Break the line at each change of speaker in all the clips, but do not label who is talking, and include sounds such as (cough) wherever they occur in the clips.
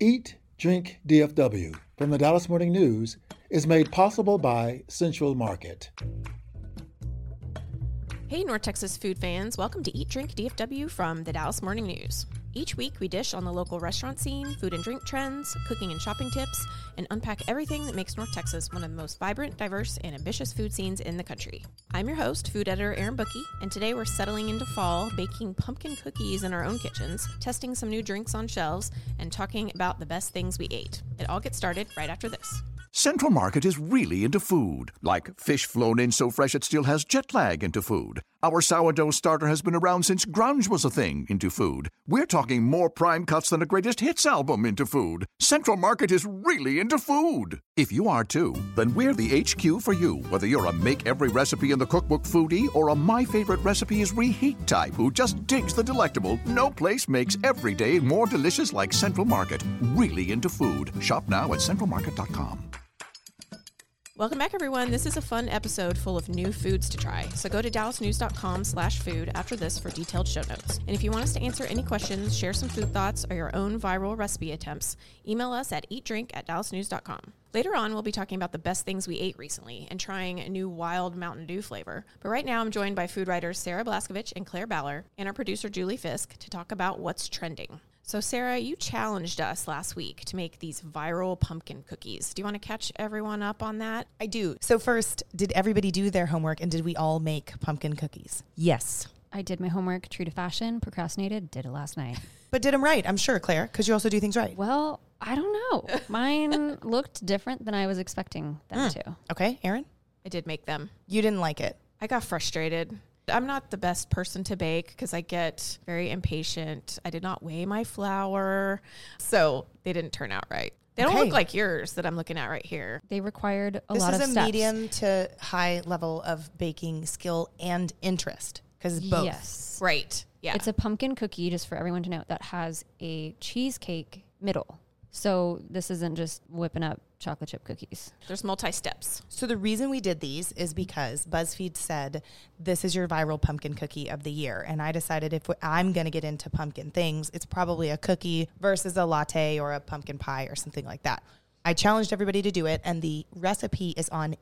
Eat, Drink DFW from the Dallas Morning News is made possible by Central Market.
Hey, North Texas food fans, welcome to Eat Drink DFW from the Dallas Morning News. Each week, we dish on the local restaurant scene, food and drink trends, cooking and shopping tips, and unpack everything that makes North Texas one of the most vibrant, diverse, and ambitious food scenes in the country. I'm your host, food editor Erin Bookie, and today we're settling into fall, baking pumpkin cookies in our own kitchens, testing some new drinks on shelves, and talking about the best things we ate. It all gets started right after this.
Central Market is really into food, like fish flown in so fresh it still has jet lag into food. Our sourdough starter has been around since grunge was a thing into food. We're talking more prime cuts than a greatest hits album into food. Central Market is really into food. If you are too, then we're the HQ for you, whether you're a make every recipe in the cookbook foodie or a my favorite recipe is reheat type who just digs the delectable. No place makes every day more delicious like Central Market. Really into food. Shop now at centralmarket.com.
Welcome back, everyone. This is a fun episode full of new foods to try. So go to dallasnews.com slash food after this for detailed show notes. And if you want us to answer any questions, share some food thoughts, or your own viral recipe attempts, email us at eatdrink at dallasnews.com. Later on, we'll be talking about the best things we ate recently and trying a new wild Mountain Dew flavor. But right now, I'm joined by food writers Sarah Blaskovich and Claire Baller and our producer Julie Fisk to talk about what's trending. So, Sarah, you challenged us last week to make these viral pumpkin cookies. Do you want to catch everyone up on that?
I do. So first, did everybody do their homework and did we all make pumpkin cookies? Yes.
I did my homework, true to fashion, procrastinated, did it last night. (laughs)
But did them right, I'm sure, Claire, because you also do things right.
Well, I don't know.
(laughs)
Mine looked different than I was expecting
Hmm.
them to.
Okay, Aaron?
I did make them.
You didn't like it.
I got frustrated. I'm not the best person to bake because I get very impatient. I did not weigh my flour, so they didn't turn out right. They don't
Okay.
look like yours that I'm looking at right here.
They required a
this
lot
is
of
a
steps.
medium to high level of baking skill and interest. Because both.
Yes.
Right. Yeah.
It's a pumpkin cookie, just for everyone to know, that has a cheesecake middle. So this isn't just whipping up chocolate chip cookies.
There's multi steps.
So the reason we did these is because BuzzFeed said this is your viral pumpkin cookie of the year, and I decided if I'm going to get into pumpkin things, it's probably a cookie versus a latte or a pumpkin pie or something like that. I challenged everybody to do it, and the recipe is on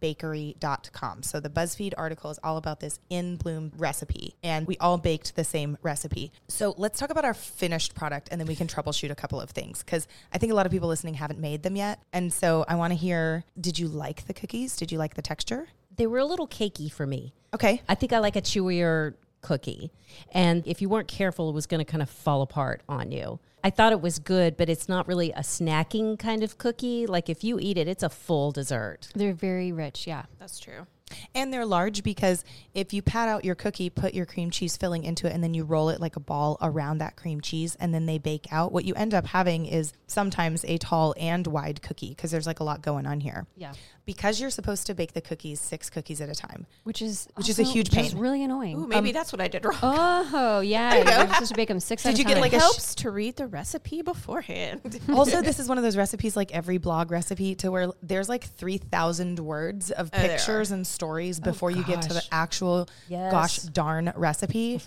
inbloombakery.com. So the BuzzFeed article is all about this in bloom recipe, and we all baked the same recipe. So let's talk about our finished product, and then we can troubleshoot a couple of things because I think a lot of people listening haven't made them yet. And so I want to hear did you like the cookies? Did you like the texture?
they were a little cakey for me.
Okay.
I think I like a chewier cookie. And if you weren't careful, it was going to kind of fall apart on you. I thought it was good, but it's not really a snacking kind of cookie. Like if you eat it, it's a full dessert.
They're very rich, yeah.
That's true.
And they're large because if you pat out your cookie, put your cream cheese filling into it, and then you roll it like a ball around that cream cheese, and then they bake out, what you end up having is sometimes a tall and wide cookie because there's like a lot going on here.
Yeah.
Because you're supposed to bake the cookies six cookies at a time. (laughs)
Which is
Which is a
also
huge
just
pain.
really annoying.
Ooh, maybe that's what I did wrong.
Oh yeah, you're supposed to bake them six. at
Did
a
you get,
time.
like,
it
a sh-
helps to read the recipe beforehand. (laughs)
Also, this is one of those recipes, like every blog recipe, to where there's like 3,000 words of
there
pictures and stories before you get to the actual
Yes.
gosh darn recipe.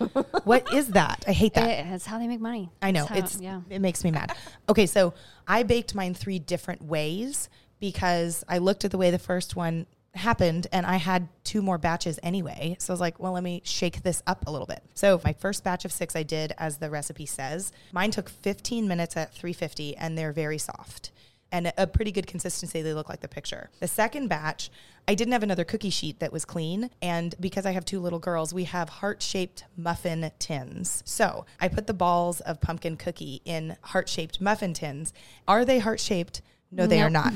what is that? I hate that.
It- it's how they make money.
I know.
how-
it's
yeah.
it makes me mad. Okay, so I baked mine three different ways because I looked at the way the first one happened and I had two more batches anyway. So I was like, well, let me shake this up a little bit. So my first batch of 6 I did as the recipe says. Mine took 15 minutes at 350 and they're very soft and a pretty good consistency. They look like the picture. The second batch, I didn't have another cookie sheet that was clean. And because I have two little girls, we have heart shaped muffin tins. So I put the balls of pumpkin cookie in heart shaped muffin tins. Are they heart shaped? No, they are not.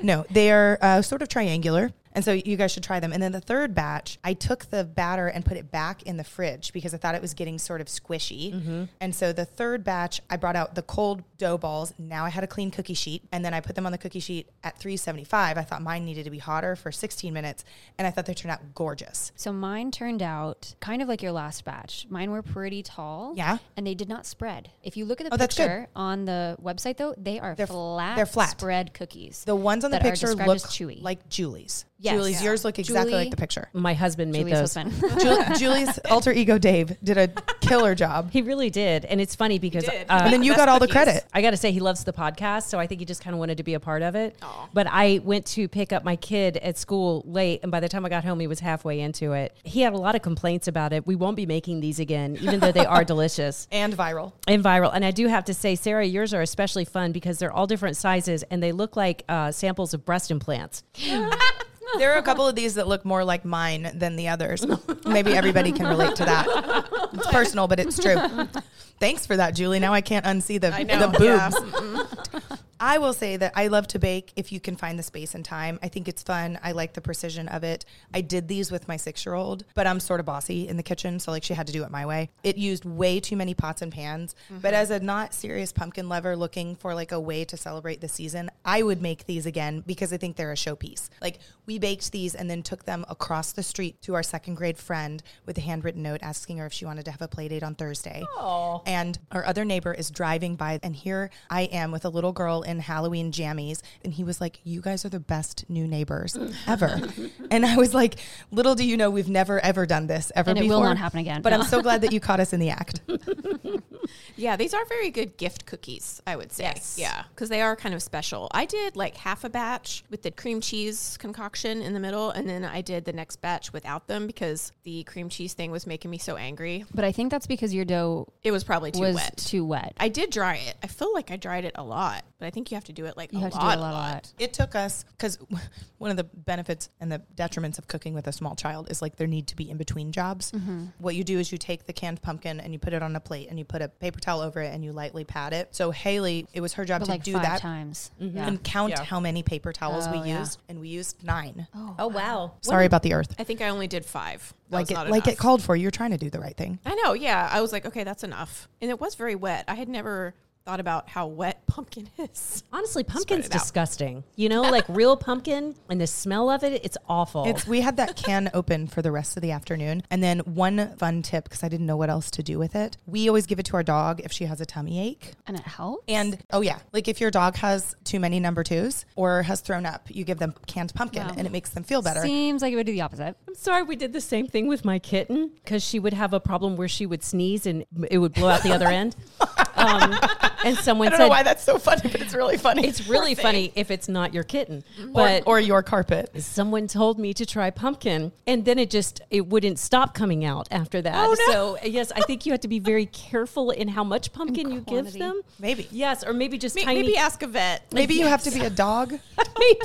(laughs)
no. they are uh, sort of triangular. And so you guys should try them. And then the third batch, I took the batter and put it back in the fridge because I thought it was getting sort of squishy.
Mm-hmm.
And so the third batch, I brought out the cold dough balls. Now I had a clean cookie sheet. And then I put them on the cookie sheet at 375. I thought mine needed to be hotter for 16 minutes. And I thought they turned out gorgeous.
So mine turned out kind of like your last batch. Mine were pretty tall.
Yeah.
And they did not spread. If you look at the
Oh, that's good.
picture on the website though, they are
They're f-
flat
they're flat.
spread cookies.
The ones on the
that are
picture
described
look
as chewy.
like Julie's.
Yes.
Julie's
Yeah.
yours look exactly
Julie-
like the
(laughs)
picture.
My husband made
Julie's
those.
husband.
Ju- Julie's alter ego Dave did a killer job.
He really did, and it's funny because uh,
And then you got all the credit.
I got to say, he loves the podcast, so I think he just kind of wanted to be a part of it. But I went to pick up my kid at school late, and by the time I got home, he was halfway into it. He had a lot of complaints about it. We won't be making these again, even though they are (laughs) delicious
And viral.
and viral. And I do have to say, Sarah, yours are especially fun because they're all different sizes and they look like uh, samples of breast implants.
There are a couple of these that look more like mine than the others. Maybe everybody can relate to that. It's personal, but it's true. Thanks for that, Julie. Now I can't unsee the, the boobs.
yeah.
(laughs) I will say that I love to bake if you can find the space and time. I think it's fun. I like the precision of it. I did these with my six year old, but I'm sort of bossy in the kitchen. So, like, she had to do it my way. It used way too many pots and pans. But as a not serious pumpkin lover looking for like a way to celebrate the season, I would make these again because I think they're a showpiece. Like, we baked these and then took them across the street to our second grade friend with a handwritten note asking her if she wanted to have a play date on Thursday. And our other neighbor is driving by, and here I am with a little girl in Halloween jammies. And he was like, You guys are the best new
(laughs)
neighbors ever. and I was like, Little do you know, we've never, ever done this ever
And it
before.
will not happen again.
But
No. (laughs)
I'm so glad that you caught us in the act.
Yeah, these are very good gift cookies, I would say.
Yes.
Yeah, because they are kind of special. I did like half a batch with the cream cheese concoction in the middle, and then I did the next batch without them because the cream cheese thing was making me so angry.
(laughs) but I think that's because
(laughs)
your dough
It was probably too
was
wet.
too wet.
I did dry it. I feel like I dried it a lot, but I think you have to do it like
you
a,
have to
lot,
do it
a lot,
It took us, because (laughs) one of the benefits and the detriments of cooking with a small child is like there need to be in between jobs.
Mm-hmm.
What you do is you take the canned pumpkin and you put it on a plate and you put a paper towel over it and you lightly pat it. So, Haley, it was her job
But
to
like
do
five
that. Mm-hmm.
times.
and count how many paper towels
Oh,
we
yeah.
used, and we used nine.
Oh, wow.
Sorry about the earth.
I think I only did five. That
Like
was
it,
not
like it
enough.
called for. You're trying to do the right thing.
I know. Yeah, I was like, okay, that's enough. And it was very wet. I had never thought about how wet pumpkin (laughs) is.
Honestly, pumpkin's
it out.
disgusting. You know, (laughs) like real pumpkin and the smell of it, it's
Oh.
awful.
It's we had that can (laughs) open for the rest of the afternoon, and then one fun tip because I didn't know what else to do with it. We always give it to our dog if she has a tummy ache.
And it helps.
And oh yeah, like if your dog has too many number twos or has thrown up, you give them canned pumpkin,
Wow.
and it makes them feel better.
Seems like it would do the opposite.
I'm sorry, we did the same thing with my kitten because she would have a problem where she would sneeze and it would blow out the other (laughs) end. Um, and someone
I don't
said,
know why that's so funny, but it's really funny. (laughs)
"It's really funny if it's not your kitten." But
or your carpet.
someone told me to try pumpkin, and then it just it wouldn't stop coming out after that. So uh, yes, I think you have to be very careful in how much pumpkin you give
quantity.
them.
Maybe.
yes, or maybe just
May-
tiny.
Maybe
(laughs)
ask a vet.
Maybe you have to be a dog.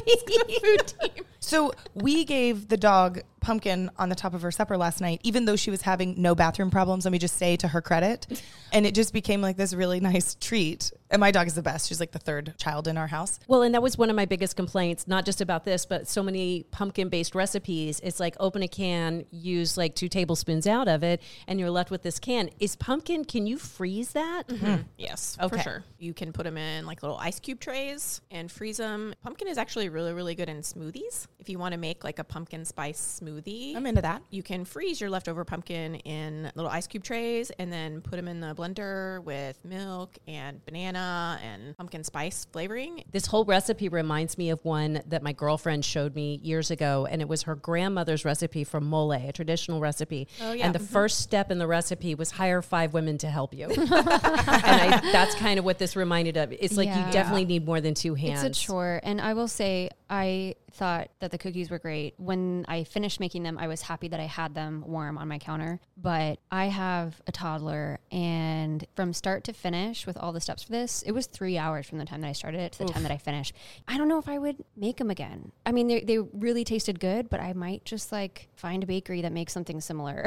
(laughs) maybe.
So we gave the dog pumpkin on the top of her supper last night, even though she was having no bathroom problems. Let me just say to her
(laughs)
credit, and it just became like this really nice treat. And my dog is the best. She's like the third child in our house.
Well, and that was one of my biggest complaints, not just about this, but so many pumpkin based recipes. It's like open a can, use like two tablespoons out of it, and you're left with this can. Is pumpkin, can you freeze that?
Yes,
Okay.
for sure. Mm. You can put them in like little ice cube trays and freeze them. Pumpkin is actually really, really good in smoothies. If you want to make like a pumpkin spice smoothie,
I'm into that.
you can freeze your leftover pumpkin in little ice cube trays and then put them in the blender with milk and banana and pumpkin spice flavoring.
This whole recipe reminds me of one that my girlfriend showed me years ago, and it was her grandmother's recipe for mole, a traditional recipe.
yeah.
Oh,
mm-hmm.
And the first step in the recipe was hire five women to
(laughs)
help you. and I, that's kind of what this reminded of. It's like
Yeah.
you definitely need more than two hands.
It's a chore. And I will say, I thought that the cookies were great. When I finished making them, I was happy that I had them warm on my counter. But I have a toddler, and from start to finish, with all the steps for this, it was three hours from the time that I started it to the time that I finished. I don't know if I would make them again. I mean, they, they really tasted good, but I might just like find a bakery that makes something similar.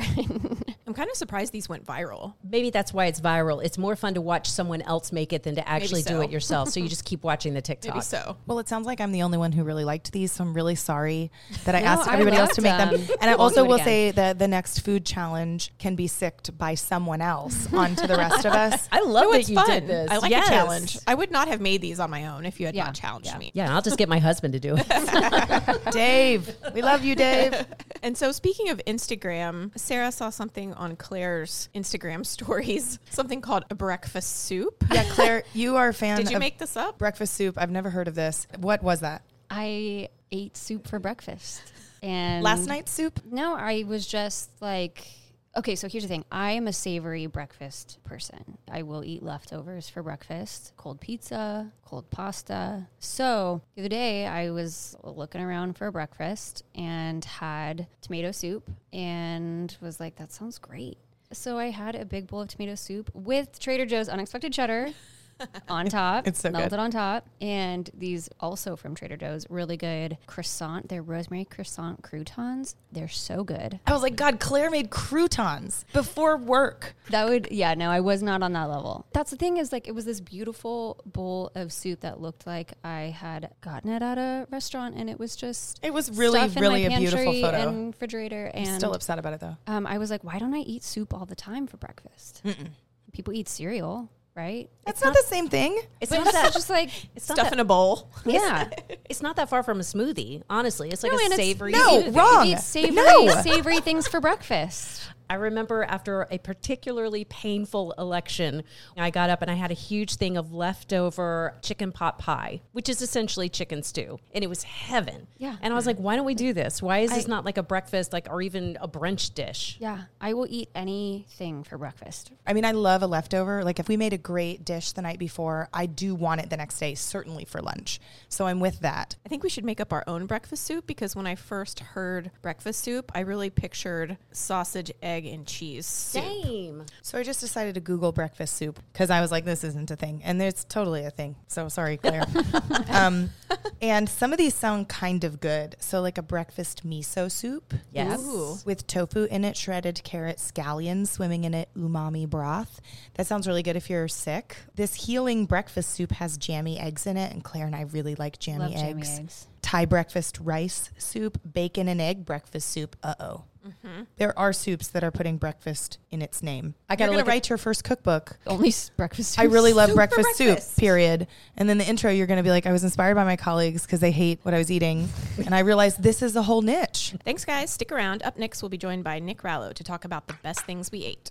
I'm kind of surprised these went viral.
Maybe that's why it's viral. It's more fun to watch someone else make it than to actually
so.
do it yourself. So you just keep watching the
(laughs) Maybe
TikTok.
so.
Well, it sounds like I'm the only one who really liked these, so I'm really sorry that I
No,
asked
I
everybody else
loved
to make them.
them.
And I
Won't
also
do it
will
again.
say that the next food challenge can be sicked by someone else onto the rest of us.
I love
No,
that
it's
you
fun.
did this.
I like
Yes.
a challenge. I would not have made these on my own if you had
Yeah.
not challenged me.
Yeah, I'll just get my husband to do
(laughs)
it.
Dave, we love you, Dave.
And so, speaking of Instagram, Sarah saw something on Claire's Instagram (laughs) stories, something called a breakfast soup.
Yeah, Claire, you are a fan.
Did you
of
make this up?
breakfast soup? I've never heard of this. What was that?
I ate soup for breakfast. And
Last night's soup?
No, I was just like, okay, so here's the thing. I am a savory breakfast person. I will eat leftovers for breakfast, cold pizza, cold pasta. So the other day, I was looking around for breakfast and had tomato soup and was like, that sounds great. So I had a big bowl of tomato soup with Trader Joe's unexpected cheddar on top.
(laughs) It's so good.
melted on top. And these also from Trader Joe's, really good croissant. They're rosemary croissant croutons. They're so good.
I was like, God, Claire made croutons before work.
That would yeah, no, I was not on that level. That's the thing is like it was this beautiful bowl of soup that looked like I had gotten it at a restaurant and it was just
It was really,
stuff in
really
my
a beautiful
pantry
photo.
and refrigerator and
Still upset about it though.
um, I was like, why don't I eat soup all the time for breakfast? People eat cereal, right?
That's not, the same thing.
It's
But
not
it's
that.
(laughs)
just like
It's not
Stuff
that.
in a bowl.
yeah.
It's not that far from a smoothie. Honestly, it's like
No, and
a
it's-
savory.
No,
smoothie.
wrong.
You eat savory,
No.
(laughs) savory things for breakfast.
I remember after a particularly painful election, I got up and I had a huge thing of leftover chicken pot pie, which is essentially chicken stew, and it was heaven.
Yeah.
And I was like, why don't we do this? Why is this
I-
not like a breakfast, like or even a brunch dish?
Yeah, I will eat anything for breakfast.
I mean, I love a leftover. Like if we made a great dish the night before, I do want it the next day, certainly for lunch. So I'm with that.
I think we should make up our own breakfast soup because when I first heard breakfast soup, I really pictured sausage, egg, and cheese soup.
Same.
So I just decided to Google breakfast soup because I was like, this isn't a thing. And it's totally a thing. So sorry,
(laughs)
Claire. um, and some of these sound kind of good. So, like a breakfast miso soup
Yes.
Ooh.
with tofu in it, shredded carrot scallions swimming in it, umami broth. That sounds really good if you're sick. This healing breakfast soup has jammy eggs in it. And Claire and I really like jammy
Love jammy
eggs.
eggs.
Thai breakfast rice soup, bacon and egg breakfast soup. Uh oh. There are soups that are putting breakfast in its name. I got to
gonna
look
write-
at your first cookbook.
Only s- breakfast.
I really love
Soup for
breakfast,
breakfast.
soup, period. And then the intro, you're going to be like, I was inspired by my colleagues because they hate what I was eating. and I realized this is a whole niche.
Thanks, guys. Stick around. Up next, we'll be joined by Nick Rallo to talk about the best things we ate.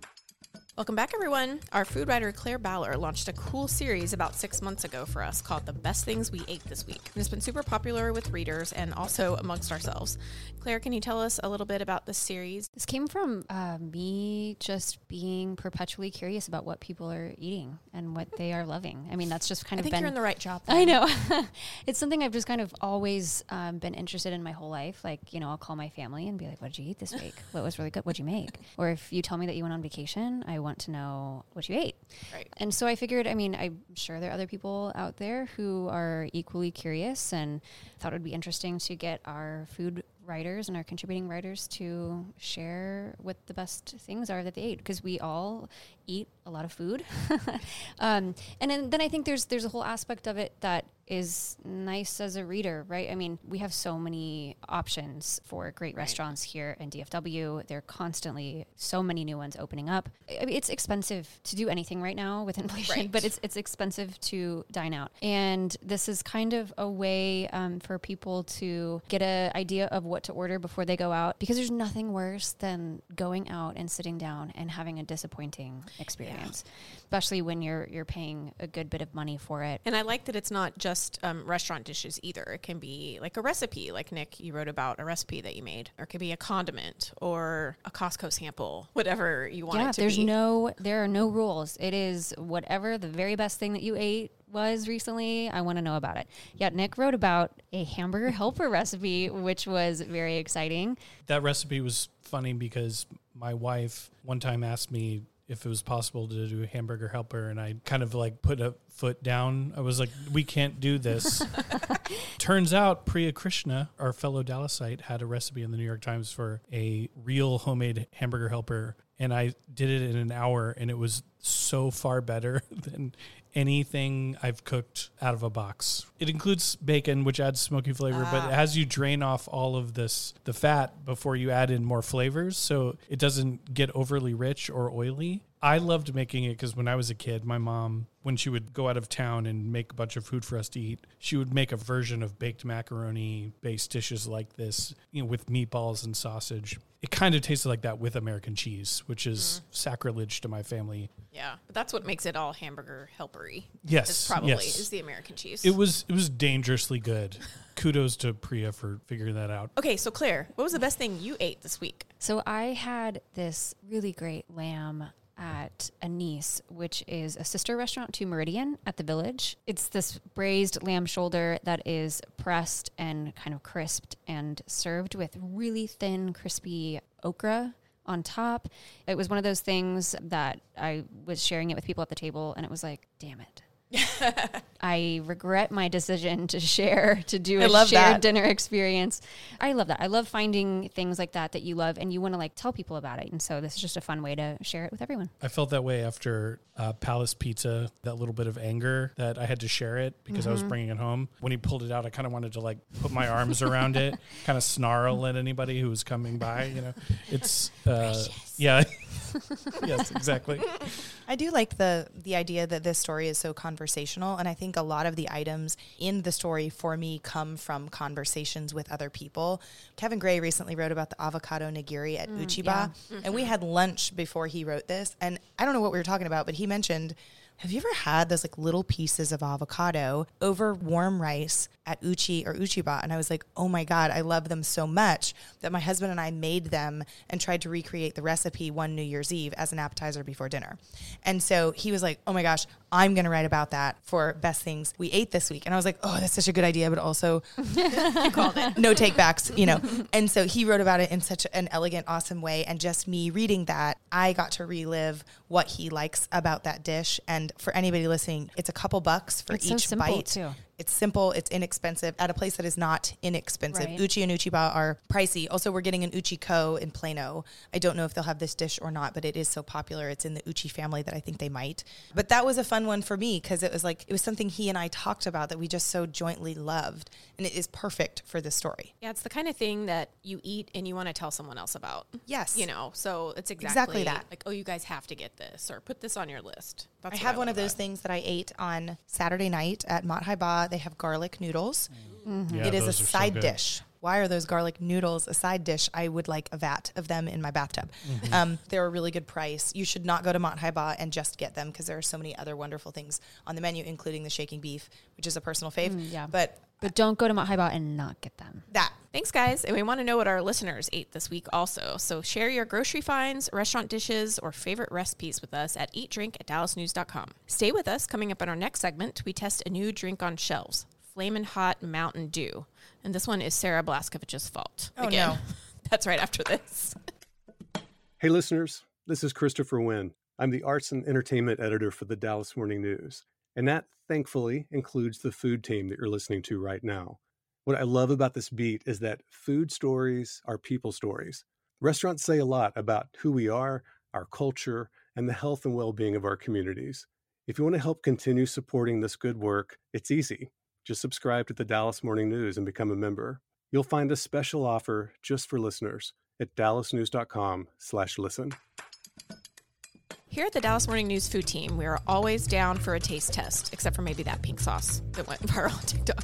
Welcome back, everyone. Our food writer Claire Baller launched a cool series about six months ago for us called The Best Things We Ate This Week. And it's been super popular with readers and also amongst ourselves. Claire, can you tell us a little bit about this series?
This came from uh, me just being perpetually curious about what people are eating and what they are loving. I mean, that's just kind
I
of
think
been
you're in the right job.
I know. (laughs) it's something I've just kind of always um, been interested in my whole life. Like, you know, I'll call my family and be like, what did you eat this week? What was really good? What'd you make? Or if you tell me that you went on vacation, I want to know what you ate.
Right.
And so I figured, I mean, I'm sure there are other people out there who are equally curious and thought it would be interesting to get our food writers and our contributing writers to share what the best things are that they ate because we all eat a lot of food (laughs) um, and then, then i think there's there's a whole aspect of it that is nice as a reader right i mean we have so many options for great restaurants here in dfw they're constantly so many new ones opening up I mean, it's expensive to do anything right now with (laughs) inflation
Right.
but it's it's expensive to dine out and this is kind of a way um, for people to get an idea of what to order before they go out because there's nothing worse than going out and sitting down and having a disappointing experience especially when you're you're paying a good bit of money for it
And I like that it's not just um, restaurant dishes either. It can be like a recipe, like Nick, you wrote about a recipe that you made, or it could be a condiment or a Costco sample, whatever you want
yeah
it to
there's
be.
no there are no rules it is whatever the very best thing that you ate was recently i want to know about it yet nick wrote about a hamburger (laughs) helper recipe which was very exciting
that recipe was funny because my wife one time asked me if it was possible to do hamburger helper and I kind of like put a foot down. I was like, we can't do this. Turns out Priya Krishna, our fellow Dallasite, had a recipe in the New York Times for a real homemade hamburger helper. and I did it in an hour, and it was so far better (laughs) than anything I've cooked out of a box. It includes bacon, which adds smoky flavor, but as you drain off all of this, the fat before you add in more flavors, so it doesn't get overly rich or oily. I loved making it because when I was a kid, my mom, when she would go out of town and make a bunch of food for us to eat, she would make a version of baked macaroni based dishes like this, you know, with meatballs and sausage. It kind of tasted like that with American cheese, which is sacrilege to my family.
Yeah, but that's what makes it all hamburger helpery.
Yes,
is probably
yes.
is the American cheese.
It was it was dangerously good. Kudos to Priya for figuring that out.
okay, so Claire, what was the best thing you ate this week?
So I had this really great lamb at a niece, which is a sister restaurant to Meridian at the Village. It's this braised lamb shoulder that is pressed and kind of crisped and served with really thin, crispy okra on top. It was one of those things that I was sharing it with people at the table, and it was like, damn it. I regret my decision to share to do
I
a
love
shared
that.
dinner experience. I love that. I love finding things like that that you love and you want to like tell people about it. And so this is just a fun way to share it with everyone.
I felt that way after uh, Palace Pizza, that little bit of anger that I had to share it because
Mm-hmm.
I was bringing it home. When he pulled it out, I kind of wanted to like put my arms
(laughs)
around it, kind of snarl at anybody who was coming by. You know, it's uh,
(laughs)
yeah, yes, exactly.
I do like the the idea that this story is so conversational, and I think a lot of the items in the story for me come from conversations with other people. Kevin Gray recently wrote about the avocado nigiri at
Mm,
Uchiba, and we had lunch before he wrote this, and I don't know what we were talking about, but he mentioned. Have you ever had those like little pieces of avocado over warm rice at Uchi or Uchiba? And I was like, oh my God, I love them so much that my husband and I made them and tried to recreate the recipe one New Year's Eve as an appetizer before dinner. And so he was like, oh my gosh, I'm going to write about that for best things we ate this week. And I was like, oh, that's such a good idea, but also (laughs) no take backs, you know. And so he wrote about it in such an elegant, awesome way. And just me reading that, I got to relive what he likes about that dish. And for anybody listening, it's a couple bucks for
It's so
each
simple,
bite.
too.
It's simple, it's inexpensive at a place that is not inexpensive.
Right.
Uchi and Uchiba are pricey. Also, we're getting an Uchi Co in Plano. I don't know if they'll have this dish or not, but it is so popular. It's in the Uchi family that I think they might. But that was a fun one for me because it was like, it was something he and I talked about that we just so jointly loved. And it is perfect for this story.
Yeah, it's the kind of thing that you eat and you want to tell someone else about.
Yes.
You know, so it's exactly,
Exactly that.
Like, oh, you guys have to get this or put this on your list. That's
I
what
have one
love
of
about
those
it.
things that I ate on Saturday night at Mott Hai Ba. They have garlic noodles. Mm-hmm. it is a side dish. Why are those garlic noodles a side dish? I would like a vat of them in my bathtub. Um, they're a really good price. You should not go to Mont Hai Ba and just get them because there are so many other wonderful things on the menu, including the shaking beef, which is a personal fave.
Mm,
yeah.
But
But don't go to Mount Haibot and not get them.
that
Thanks, guys. And we want to know what our listeners ate this week also. So share your grocery finds, restaurant dishes, or favorite recipes with us at eatdrink at dallasnews.com. Stay with us. Coming up in our next segment, we test a new drink on shelves, Flamin' Hot Mountain Dew. And this one is Sarah Blaskovich's fault.
Oh, no.
(laughs) That's right after this.
Hey, listeners, this is Christopher Wynn. I'm the arts and entertainment editor for the Dallas Morning News, and that thankfully includes the food team that you're listening to right now. What I love about this beat is that food stories are people stories. Restaurants say a lot about who we are, our culture, and the health and well being of our communities. If you want to help continue supporting this good work, it's easy. Just subscribe to the Dallas Morning News and become a member. You'll find a special offer just for listeners at dallasnews.com slash listen.
Here at the Dallas Morning News food team, we are always down for a taste test, except for maybe that pink sauce that went (laughs) viral on TikTok.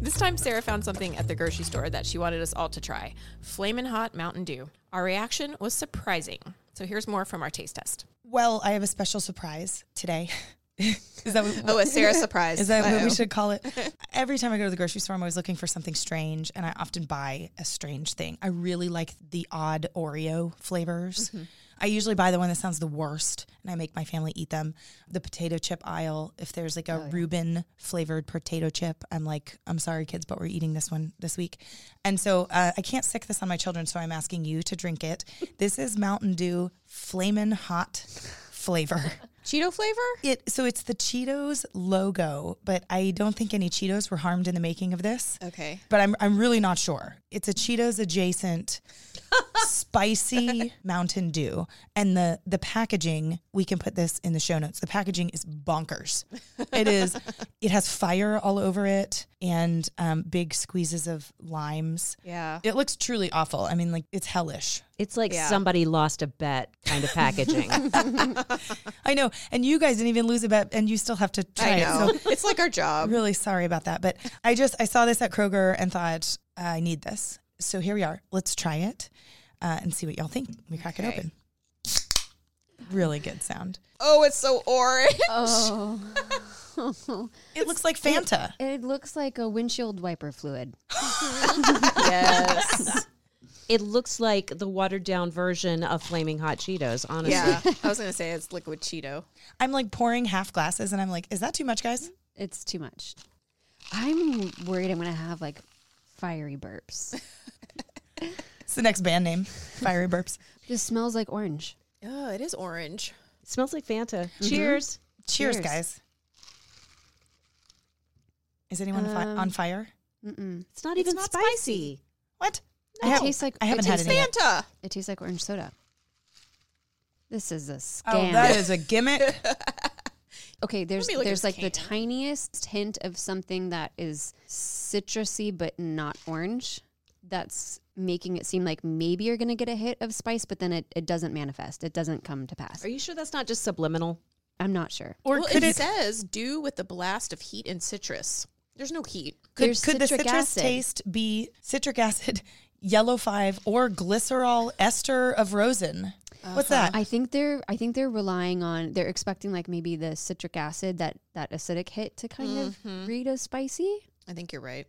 This time, Sarah found something at the grocery store that she wanted us all to try Flamin' Hot Mountain Dew. Our reaction was surprising. So here's more from our taste test.
Well, I have a special surprise today. (laughs) is that what,
Oh, a Sarah surprise.
Is that what
Uh-oh.
we
(laughs)
should call it? Every time I go to the grocery store, I'm always looking for something strange, and I often buy a strange thing. I really like the odd Oreo flavors.
Mm-hmm.
I usually buy the one that sounds the worst, and I make my family eat them. The potato chip aisle, if there's like a Reuben flavored potato chip, I'm like, I'm sorry, kids, but we're eating this one this week. And so uh, I can't sick this on my children, so I'm asking you to drink it.
(laughs)
this is Mountain Dew Flamin' Hot flavor.
(laughs) Cheeto flavor?
It so it's the Cheetos logo, but I don't think any Cheetos were harmed in the making of this.
Okay. (laughs)
But I'm I'm really not sure. It's a Cheetos adjacent spicy Mountain Dew. And the the packaging, we can put this in the show notes. The packaging is bonkers. It is. it has fire all over it and um, big squeezes of limes.
Yeah.
It looks truly awful. I mean, like it's hellish.
It's like
Yeah.
somebody lost a bet kind of
(laughs)
packaging.
I know. And you guys didn't even lose a bet, and you still have to
I
try
know.
it. So
it's like our job.
really sorry about that. But I just I saw this at Kroger and thought I need this. So here we are. Let's try it uh, and see what y'all think. We crack it
Okay.
open. Really good sound.
(laughs) Oh, it's so orange.
Oh.
It looks like Fanta.
It looks like a windshield wiper fluid.
yes.
it looks like the watered down version of Flaming Hot Cheetos, honestly.
(laughs) Yeah. I was going to say it's liquid Cheeto.
I'm like pouring half glasses, and I'm like, is that too much, guys?
It's too much. I'm worried I'm going to have like fiery (laughs) burps.
It's the next band (laughs) name, Fiery Burps.
This smells like orange.
Oh, it is orange.
It smells like Fanta.
Mm-hmm.
Cheers.
Cheers,
Cheers.
guys. Is anyone fi-
Um,
on fire?
Mm-mm.
It's not
It's
even
not
spicy.
spicy.
What?
It
I, have,
tastes like-
I
it
haven't had
tastes
any. yet.
Fanta.
It tastes like orange soda. This is a scam.
Oh, that is a gimmick.
okay, there's
me look at
there's
this
like the
can.
tiniest hint of something that is citrusy but not orange. That's making it seem like maybe you're going to get a hit of spice, but then it, it doesn't manifest. It doesn't come to pass.
Are you sure that's not just subliminal?
I'm not sure.
(laughs) or
well,
could
it,
it?
says do with the blast of heat and citrus. There's no heat.
Could,
There's
could the
citric
citrus
acid.
taste be citric acid, (laughs) yellow five, or glycerol ester of rosin? What's that?
Uh-huh. I think they're I think they're relying on they're expecting like maybe the citric acid that that acidic hit to kind of read as spicy.
I think you're right.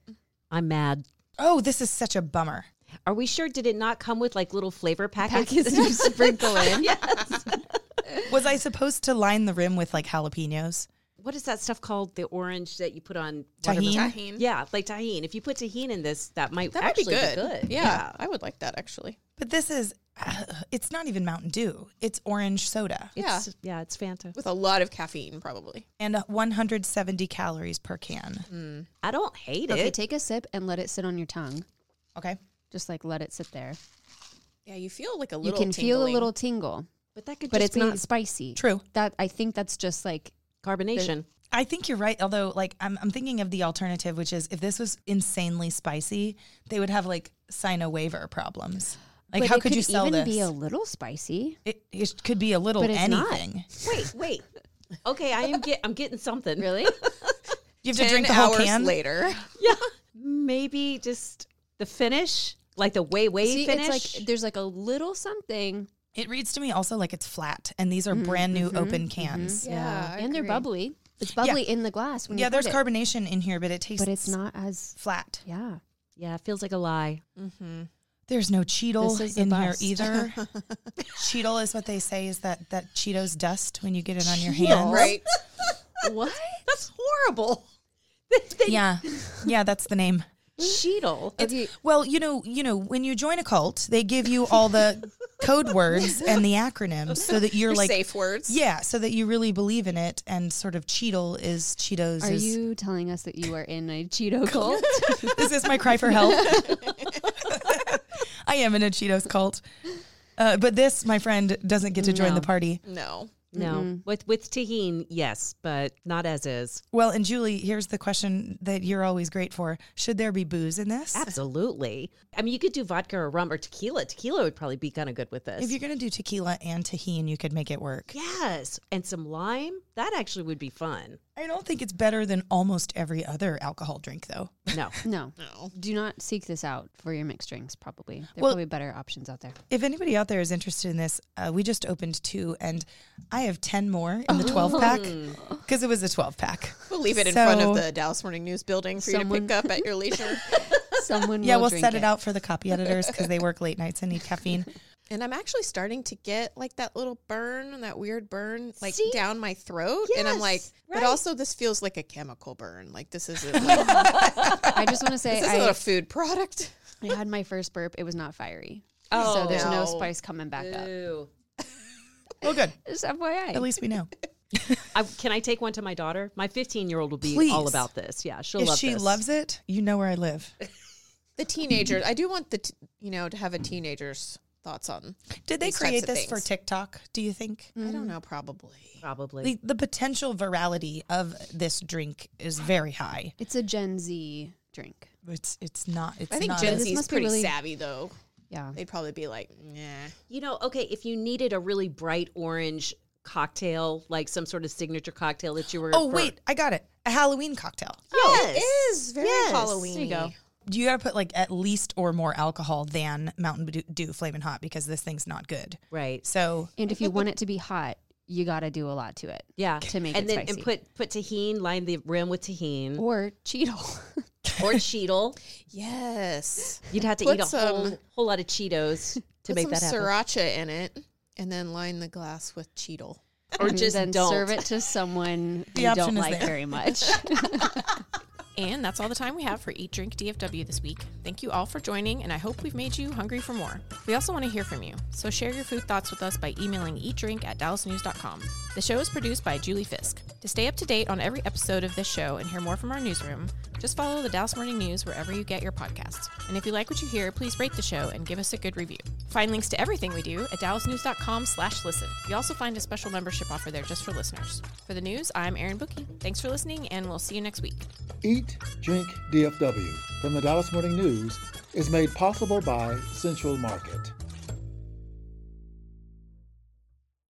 I'm mad.
oh, this is such a bummer.
Are we sure? Did it not come with like little flavor packets? (laughs)
Packets you sprinkle in.
Was I supposed to line the rim with like jalapenos?
What is that stuff called? The orange that you put on
Tahini?
watermelon?
Tahini.
Yeah, like tahine. If you put tahine in this, that might
That
actually
would be good.
Be good.
Yeah, I would like that actually.
But this is, uh, it's not even Mountain Dew. It's orange soda
It's, yeah. it's Fanta.
With a lot of caffeine, probably.
and 170 calories per can.
Mm.
I don't hate
Okay,
it.
take a sip and let it sit on your tongue.
Okay.
Just like let it sit there.
Yeah, you feel like a
You
little.
can feel a
tingling.
little tingle,
but that could
but
just
it's not
be
spicy.
True.
That I think that's just like
carbonation.
I think you're right. Although, like, I'm, I'm thinking of the alternative, which is if this was insanely spicy, they would have like sign a waiver problems. Like,
but
how
it
could, you sell
even
this?
be a little spicy?
It, it could be a little
But it's not.
anything.
Wait, wait. Okay, I am get. I'm getting something.
(laughs) Really?
You have to
Ten
drink the whole
hours
can.
later.
(laughs)
(laughs)
Yeah. Maybe just the finish, like the way way
See,
finish.
it's like there's like a little something.
It reads to me also like it's flat, and these are
Mm-hmm,
brand new open cans.
Yeah, I
and they're
agree.
bubbly. It's bubbly in the glass when
Yeah,
you
there's
put it,
carbonation in here, but it tastes
but it's not as
flat.
yeah.
yeah, it feels like a lie.
There's no Cheetle
This is the
in
best.
here
(laughs)
either. Cheetle is what they say is that that Cheetos dust when you get it on your hands.
Right.
(laughs)
(laughs)
What? That's horrible. (laughs)
Yeah, yeah, that's the name.
Cheetle.
Okay,
Well, you know, you know, when you join a cult, they give you all the code words and the acronyms so that you're
Your
like,
safe words.
yeah, so that you really believe in it. And sort of Cheetle is Cheetos.
are
is,
you telling us that you are in a Cheeto cult?
(laughs) Is this my cry for help? (laughs) I am in a Cheetos cult. Uh, but this, my friend, doesn't get to join
No.
the party.
No.
No,
Mm-hmm.
with with tahine, yes, but not as is.
Well, and Julie, here's the question that you're always great for. Should there be booze in this?
Absolutely. I mean, you could do vodka or rum or tequila. Tequila would probably be kind of good with this.
If you're going to do tequila and tahine, you could make it work.
yes, and some lime. That actually would be fun.
I don't think it's better than almost every other alcohol drink, though. (laughs)
No.
no.
No.
Do not seek this out for your mixed drinks, probably. There are
Well-
probably better options out there.
If anybody out there is interested in this, uh, we just opened two, and I have 10 more in the 12 pack because it was a 12 pack.
Oh. We'll leave it in front of
So-
the Dallas Morning News building for you to
Someone-
pick up at
(laughs)
your leisure.
Someone
(laughs) Yeah,
will
we'll
drink
set it out for the copy editors because they work late nights and need caffeine.
(laughs) and I'm actually starting to get like that little burn, that weird burn, like down my throat. and I'm like,
Yes,
but
right.
also this feels like a chemical burn. Like this
(laughs)
isn't like,
I
(laughs)
just want to say
this isn't
I,
a food product.
I had my first burp. It was not fiery.
Oh.
so there's no.
No.
spice coming back up.
Ew.
Well, good.
Just FYI.
At least we know.
I, can I take one to my daughter? My 15 year old will be
Please.
all about this. Yeah, she'll
if
love
she
this.
loves it, you know where I live.
The teenager, I do want the, t- you know, to have a teenager's thoughts on.
Did they
these types
create
of
this for
things. Mm.
TikTok? Do you think?
I
Mm.
don't know, probably.
Probably.
The, the potential virality of this drink is very high.
It's a Gen Z drink.
It's it's not. It's
I think
not
Gen
as-
This
Z is
must be
pretty
really-
savvy though.
Yeah.
They'd probably be like, nah.
You know, okay, if you needed a really bright orange cocktail, like some sort of signature cocktail that you were.
Oh
for-
wait, I got it. A Halloween cocktail.
Oh, it is very
Yes.
Halloween.
There you go.
You got to put like at least or more alcohol than Mountain Dew, Dew Flamin' Hot because this thing's not good.
Right.
So
And if you want it to be hot, you got to do a lot to it.
Yeah.
To make
and
it
then
spicy.
and put put tahine, line the rim with tahine
or Cheeto.
or cheetle.
(laughs) Yes.
You'd have to
Put
eat a
some-
whole, whole lot of
(laughs)
Cheetos to
Put
make
some
that happen.
sriracha in it, and then line the glass with Cheetle.
Or
(laughs) and
just
then
don't.
serve it to someone
The
you
option
don't
is
like
there.
very much.
(laughs)
And that's all the time we have for Eat Drink DFW this week. Thank you all for joining, and I hope we've made you hungry for more. We also want to hear from you, so share your food thoughts with us by emailing eatdrink at dallasnews.com. The show is produced by Julie Fisk. To stay up to date on every episode of this show and hear more from our newsroom, just follow the Dallas Morning News wherever you get your podcasts. And if you like what you hear, please rate the show and give us a good review. Find links to everything we do at dallasnews.com slash listen. You also find a special membership offer there just for listeners. For the news, I'm Erin Bookie. Thanks for listening, and we'll see you next week.
Eat, Drink, DFW from the Dallas Morning News is made possible by Central Market.